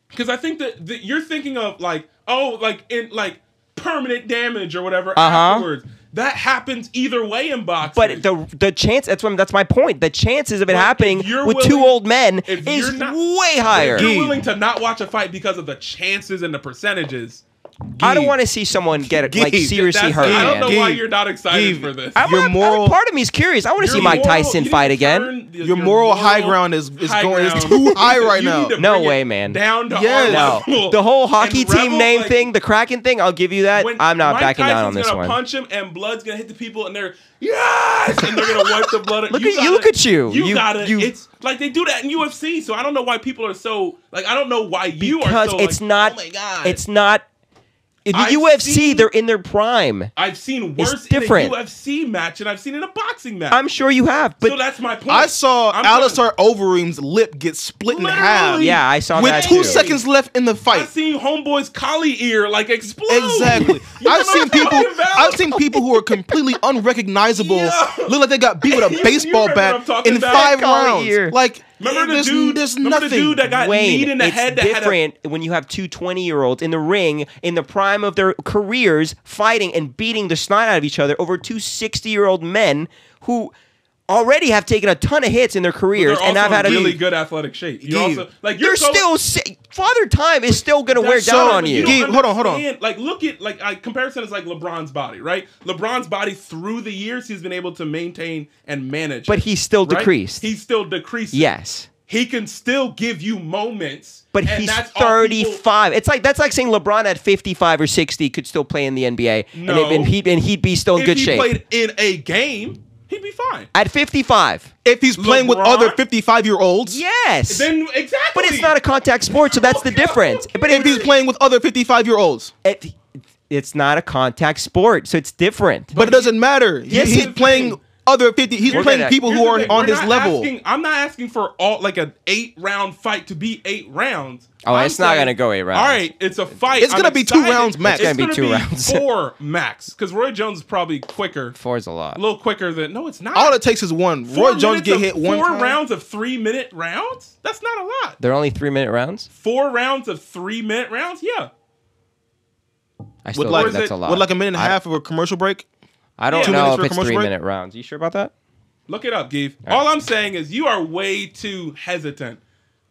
because I think that, that you're thinking of like, oh, like in like permanent damage or whatever
Uh-huh.
afterwards. That happens either way in boxing.
But the the chance that's what that's my point. The chances of it
But if
happening with
you're
two
willing-
old men
if
is
you're not-
way higher.
If you're
Gee.
willing to not watch a fight because of the chances and the percentages.
I don't
Give.
want to see someone get like
Give.
seriously
That's-
hurt.
I don't
man.
know why
Give.
you're not excited
Give.
for this.
I'm
Your
not- I-
moral-
part of me is curious. I want to
Your
see Mike
moral-
Tyson
you
fight
need to
again.
turn the-
Your moral high ground is- is going- is too high right
You need
now.
to
No
bring it
way, man.
Down to
Yes.
our
No,
level.
the whole hockey
And
team
Rebel,
name
like,
thing, the Kraken thing. I'll give you that.
when
I'm not
Mike
backing
Tyson's
down on this
gonna
one.
Punch him, and blood's gonna hit the people, and they're yes, and they're gonna wipe the blood.
Look at- you look at you.
You,
You-
gotta.
you-
it's like they do that in UFC. So I don't know why people are so like. I don't know why you are
because
so.
it's
like,
not.
Oh my god!
It's not. In the
I've
UFC,
seen-
they're in their prime.
I've seen worse in
different.
a UFC match, and I've seen in a boxing match.
I'm sure you have, but
so that's my point.
I saw
I'm
Alistair Overeem's lip get split in half
Literally.
yeah, I saw
with
that
two
too.
seconds left in the
I've
fight.
seen homeboys collie ear like explode.
Exactly.
You know
I've
what I'm
seen people.
talking about?
I've seen people who are completely unrecognizable.
Yeah.
Look like they got beat with
You-
a
you
baseball
remember what I'm
bat
talking
in
about.
five
Collar
rounds.
ear.
Like
Remember the
there's,
dude?
There's
remember
nothing.
the dude that got kneed
Wayne,
in the
it's
head that had a
different when you have two 20 year olds in the ring in the prime of their careers fighting and beating the snot out of each other over two 60 year old men who already have taken a ton of hits in their careers
They're
and
also
I've had
in really
a
good athletic shape. You
Dude.
also like you're
They're
so,
still si- father time is still going to wear
That's
down
so-
on you.
don't
Gabe, hold on, hold on.
understand. Like look at like I, comparison is like LeBron's body, right? LeBron's body through the years he's been able to maintain and manage,
But
it,
he's still
right?
decreased.
He's still decreased.
yes.
he can still give you moments,
But
and
he's
that's all people-
35. it's like that's like saying LeBron at 55 or 60 could still play in the NBA and,
No.
it- and he and he'd be still in
if
good
he
shape.
played in a game, he'd be fine.
at 55.
If he's playing with
LeBron?
other 55 year olds,
Yes.
Then exactly.
But it's not a contact sport, so that's the difference. But
if
it,
he's playing with other 55 year olds,
it, it's not a contact sport, so it's different.
but it doesn't matter. He-
Yes,
he's
it-
playing other 50. He's
We're
playing
gonna-
people
Here's
who
the
are
thing,
on
we're
his
not
level.
asking- I'm not asking for all like an eight round fight to be eight rounds.
Oh,
I'm
it's not
saying,
gonna go eight rounds.
All right, it's a fight.
It's gonna
I'm
be two
excited.
rounds max.
It's gonna be
gonna
two rounds.
Four max, because Roy Jones is probably quicker,
Four is a lot.
a little quicker than no, it's not.
All it takes is one.
Four
Roy Jones
minutes
get
of-
hit one
Four
time.
rounds of three minute rounds. That's not a lot.
They're only three minute rounds.
Four rounds of three minute rounds. Yeah,
I
With
still
like,
think that's a lot.
with like a minute and a
I-
half of a commercial break.
I don't
Two
know
minutes for
if it's
commercial
three
break?
minute rounds. You sure about that?
look it up, Geef. All I'm saying is you are way too hesitant.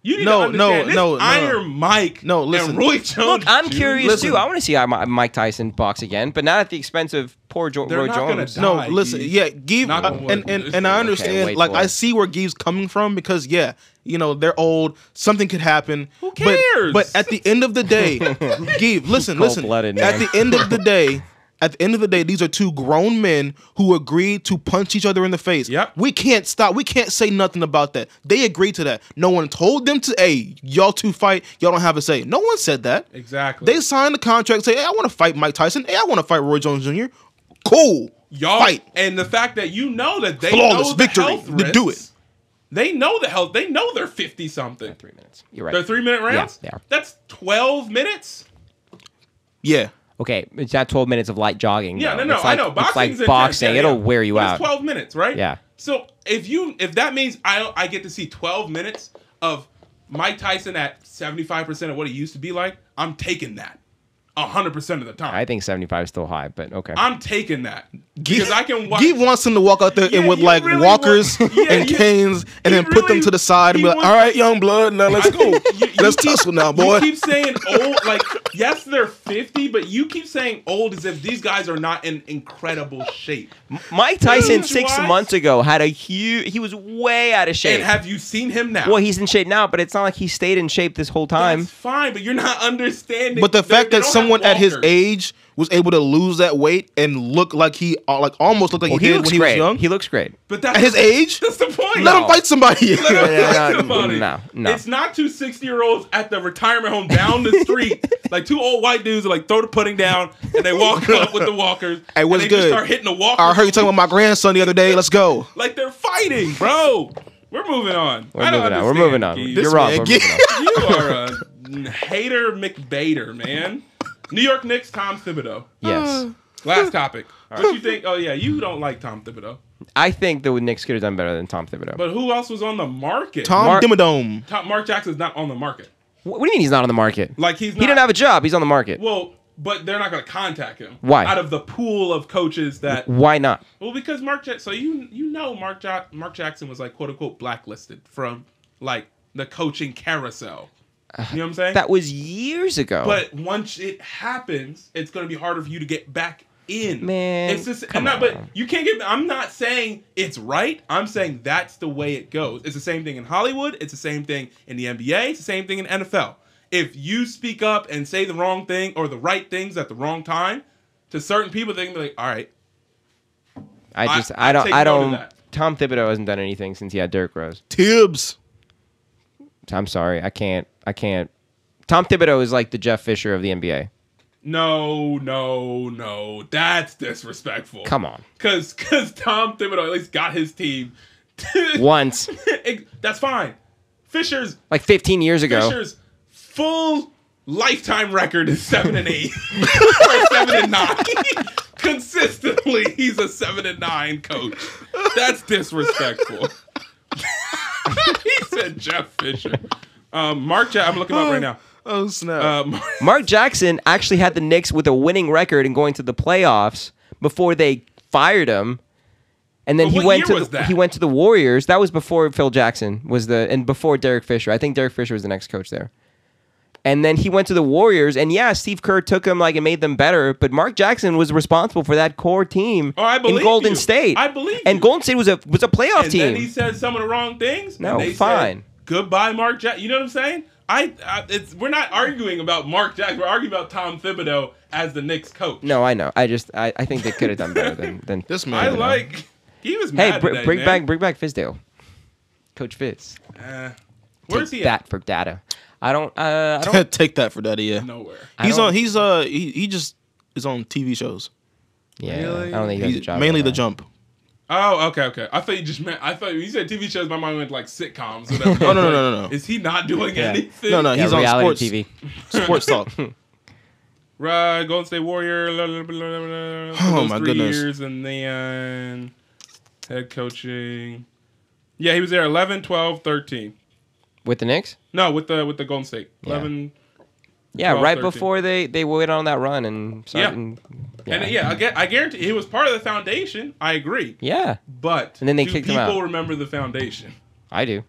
You need
No,
to understand
no,
this
no, no.
Iron Mike.
No, listen.
And Roy Jones.
Look, I'm
Jr.
curious
Listen.
too. I want to see I- Mi- Mike Tyson box again, but not at the expense of poor jo-
They're
Roy
not gonna
Jones.
die.
No,
Guy,
listen,
Gibbs.
yeah, Give
Knock on wood.
and, and and I understand.
wait
like
for
I
it.
see where Give's coming from because yeah, you know they're old. Something could happen. Who
cares?
But, at the end of the day, Give, listen, listen.
Cold-blooded,
At
man.
the end of the day. At the end of the day, these are two grown men who agreed to punch each other in the face.
Yep.
We can't stop. We can't say nothing about that. They agreed to that. No one told them to, hey, y'all two fight. Y'all don't have a say. No one said that.
Exactly.
They signed the contract, say, hey, I want to fight Mike Tyson. Hey, I want to fight Roy Jones Jr. Cool.
y'all
fight.
and the fact that you know that they
Flawless
know the
victory.
health
They do
risks, They know the health. They know they're fifty something.
Three minutes. You're right.
They're three minute rounds.
they are.
That's twelve minutes.
Yeah.
Okay, it's not 12 minutes of light jogging.
Yeah,
though.
no, no,
It's like,
I know. Boxing's
it's like
intense.
boxing.
Yeah, yeah.
It'll wear you
But
out.
It's twelve minutes, right?
Yeah.
So if you if that means I I get to see twelve minutes of Mike Tyson at seventy five percent of what he used to be like, I'm taking that. hundred percent of the time.
I think 75 is still high, but okay.
I'm taking that because I can watch.
Give wants him to walk out there
Yeah,
and with
you
like
really
walkers
want- yeah,
and
you-
canes, and
he
then put them
really-
to the side and
he
be like,
wants-
"All right, young blood, now let's go,
You- you
let's
keep-
tussle now,
You
boy."
keep saying old, like yes, they're fifty, but you keep saying old as if these guys are not in incredible shape.
Mike Tyson
Huge
six
wise.
months ago had a huge. He was way out of shape.
And have you seen him now?
well, he's in shape now, but it's not like he stayed in shape this whole
That's
time.
fine, but you're not understanding.
But the
They-
fact
they
that
don't
someone
have
at his
walkers.
age was able to lose that weight and look like he, uh, like almost looked like
Well,
he,
he
did
looks
when he was
great.
young,
He looks great.
but that's
at his age,
That's the point.
let him fight somebody.
Let him
Yeah,
fight
no,
somebody.
no, no.
It's not two 60 year olds at the retirement home down the street. like two old white dudes are like throw the pudding down and they walk up with the walkers.
Hey, what's
and they
good?
Just start hitting the walkers.
I heard you talking about my grandson the other day. Let's go.
Like they're fighting, bro. We're moving on.
We're moving on. We're moving on. You're
This
wrong.
man
We're
get-
moving on.
You are a hater McBader, man. New York Knicks, Tom Thibodeau.
Yes,
Last topic. What you think? Oh yeah, you don't like Tom Thibodeau.
I think the Knicks could have done better than Tom Thibodeau.
But who else was on the market?
Tom
Mark-
Dimmadome.
Tom- Mark Jackson's not on the market.
Wh- what do you mean he's not on the market?
Like he's
he
not-
didn't have a job. He's on the market.
Well, but they're not going to contact him.
Why?
Out of the pool of coaches that.
Why not?
Well, because Mark Jackson. So you you know Mark ja- Mark Jackson was like quote unquote blacklisted from like the coaching carousel. You know what I'm saying?
That was years ago.
But once it happens, it's going to be harder for you to get back in.
Man,
it's just
come
I'm not. But
on.
you can't get. I'm not saying it's right. I'm saying that's the way it goes. It's the same thing in Hollywood. It's the same thing in the NBA. It's the same thing in NFL. If you speak up and say the wrong thing or the right things at the wrong time to certain people, they're gonna be like, "All right,
I
I-
just
I
I, don't
take
I
note of
don't.
that.
Tom Thibodeau hasn't done anything since he had Dirk Rose.
Tibbs.
I'm sorry, I can't I can't. Tom Thibodeau is like the Jeff Fisher of the NBA.
no, no, no, that's disrespectful."
Come on,
because because Tom Thibodeau at least got his team.
once
Ex- That's fine. Fisher's
like 15 years ago.
Fisher's full lifetime record is seven and eight or seven and nine. Consistently, he's a seven and nine coach. That's disrespectful. he said Jeff Fisher. Um, Mark, ja- I'm looking him up right now.
Oh snap!
Uh, Mark,
Mark Jackson actually had the Knicks with a winning record and going to the playoffs before they fired him. And then
But
he
what
went
year
to
was
the,
that?
he went to the Warriors. That was before Phil Jackson was the and before Derek Fisher. I think Derek Fisher was the next coach there. And then he went to the Warriors, and yeah, Steve Kerr took him like and made them better. But Mark Jackson was responsible for that core team
Oh, I
in
believe
Golden
you.
State.
I believe
And
you.
Golden State was a was a playoff
and
team.
then he said some of the wrong things.
No,
and they said,
fine.
Goodbye, Mark Jackson. You know what I'm saying? I, I it's we're not arguing about Mark Jackson. We're arguing about Tom Thibodeau as the Knicks coach.
no, I know. I just I, I think they could have done better than than
This man.
I
Thibodeau.
like. He was mad
Hey, br-
today,
bring
man.
back bring back Fizdale, Coach Fizz.
Uh, where's
Take
he
that
at?
for data. I don't. Uh, I don't.
Take that for daddy. Yeah.
Nowhere.
I
He's
don't-
on. He's uh. He, he just is on TV shows.
yeah,
Really?
I don't think he has a
He's
job.
mainly
right
the
now.
jump.
Oh, okay, okay. I thought you just meant. I thought you said TV shows. My mind went to, like sitcoms. Or whatever.
Oh, no, no, no, no, no.
Is he not doing
Yeah.
anything?
No, no.
Yeah,
He's on
reality
sports
TV.
Sports talk.
Right, Golden State Warrior. Blah, blah, blah, blah, blah, for
Oh,
those
my
three
goodness.
Years and then head coaching. Yeah, he was there 11, 12, 13.
with the Knicks.
No, with the with the Golden State.
Yeah.
11
Yeah,
12,
right
13.
before they they went on that run and
Yeah.
started, and- yeah,
And yeah, I, gu- I guarantee he was part of the foundation. I agree.
yeah,
But
And then they
do
kicked him
people
out.
remember the foundation?
I do.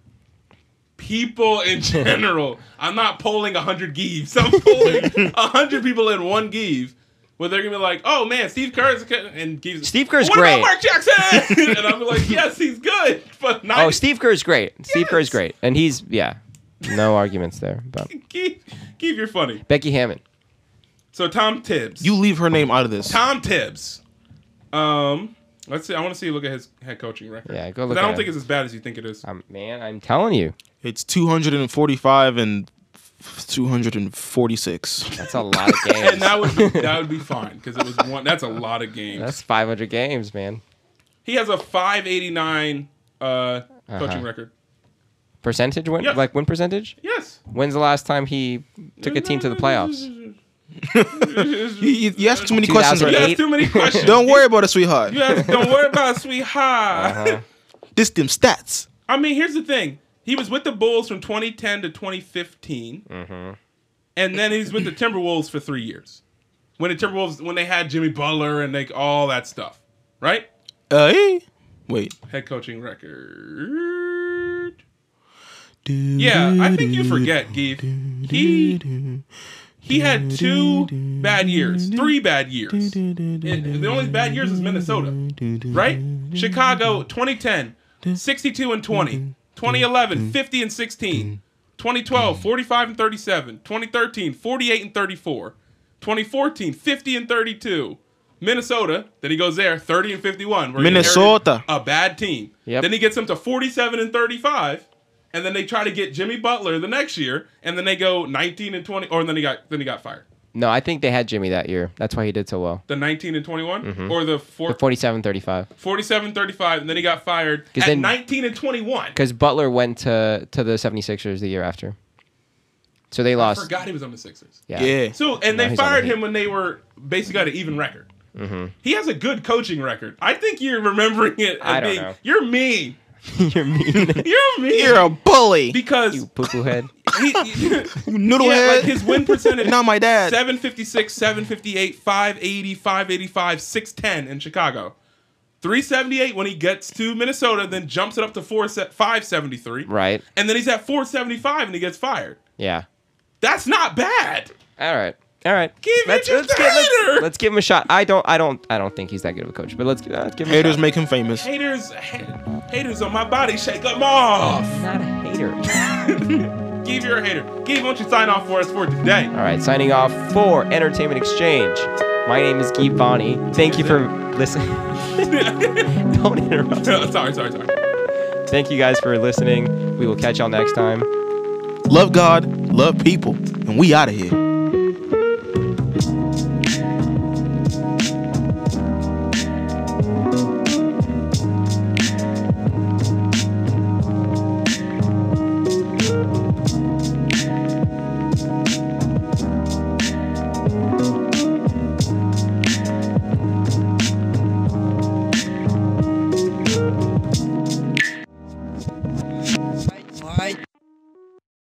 people in general. I'm not polling 100 Gives. I'm polling 100 people in one Give. Where they're gonna be like, "Oh man, Steve Kerr is a co-" and Gives.
Steve Kerr's
what
great."
about Mark Jackson?" and I'm like, "Yes, he's good, but not
Oh, Steve Kerr is great. Steve Kerr is
Yes.
great, and he's yeah, no arguments there. But
Give, give you're funny."
Becky Hammond.
So Tom Tibbs,
You leave her name out of this.
Tom Tibbs. Um, let's see. I want to see. Look at his head coaching record.
Yeah, go
'Cause
look
I
at
don't
him.
think it's as bad as you think it is.
Um, man, I'm telling you,
It's 245 and f- 246.
that's a lot of
and
games.
that would be, that would be fine because it was one. That's a lot of games.
That's 500 games, man.
he has a 589 uh,
Uh-huh.
coaching record.
Percentage win,
Yeah.
like win percentage.
Yes.
When's the last time he took a team to the playoffs?
You, you, you ask too many questions right
You
now.
ask too many questions.
Don't worry about it, sweetheart.
You ask, don't worry about it, sweetheart.
This them stats.
I mean, here's the thing. He was with the Bulls from 2010 to 2015, and then he's with the Timberwolves for three years. When the Timberwolves, when they had Jimmy Butler and like all that stuff, right?
Uh, eh? Wait.
Head coaching record. Yeah, I think you forget, Geef. He he had two bad years, three bad years. It- the only bad years is Minnesota, right? Chicago 2010, 62 and 20. 2011, 50 and 16. 2012, 45 and 37. 2013, 48 and 34. 2014, 50 and 32. Minnesota, then he goes there, 30 and 51. where he inherited
Minnesota.
A bad team.
Yep.
Then he gets them to 47 and 35. And then they try to get Jimmy Butler the next year, and then they go 19 and 20, or then he got then he got fired.
No, I think they had Jimmy that year. That's why he did so well.
The 19 and 21, or the, four,
The 47-35.
47 35 and then he got fired at
then-
19 and 21
Because Butler went to, to the 76ers the year after. So they
I
lost.
forgot he was on the sixers
Yeah.
Yeah.
so and
No,
they
he's on
fired
the Heat. Mm-hmm.
him when they were basically got an even record he has a good coaching record i think you're remembering it as
I don't
being-
know.
you're mean
You're mean.
you're mean
You're a bully.
because
you poo-poo head.
he,
You noodle
yeah, like
head.
his win percentage
Not my dad.
756 758 580 585 610 in chicago 378 when he gets to minnesota then jumps it up to 4 573
Right.
And then he's at 475 and he gets fired.
Yeah.
That's not bad.
All right. All right.
Give it
let's,
to
let's,
the
give,
hater.
let's, let's give him a shot. I don't I don't I don't think he's that good of a coach, but let's, uh, let's give him
Haters
a shot.
make him famous.
Haters, ha- haters on my body, shake them off.
not a hater.
Give your hater. Give, won't you sign off for us for today?
All right, signing off for Entertainment Exchange. My name is Guy Bonnie. Thank you for listening. Don't interrupt.
sorry, sorry, sorry.
Thank you guys for listening. We will catch y'all next time.
Love God, love people, and we out of here.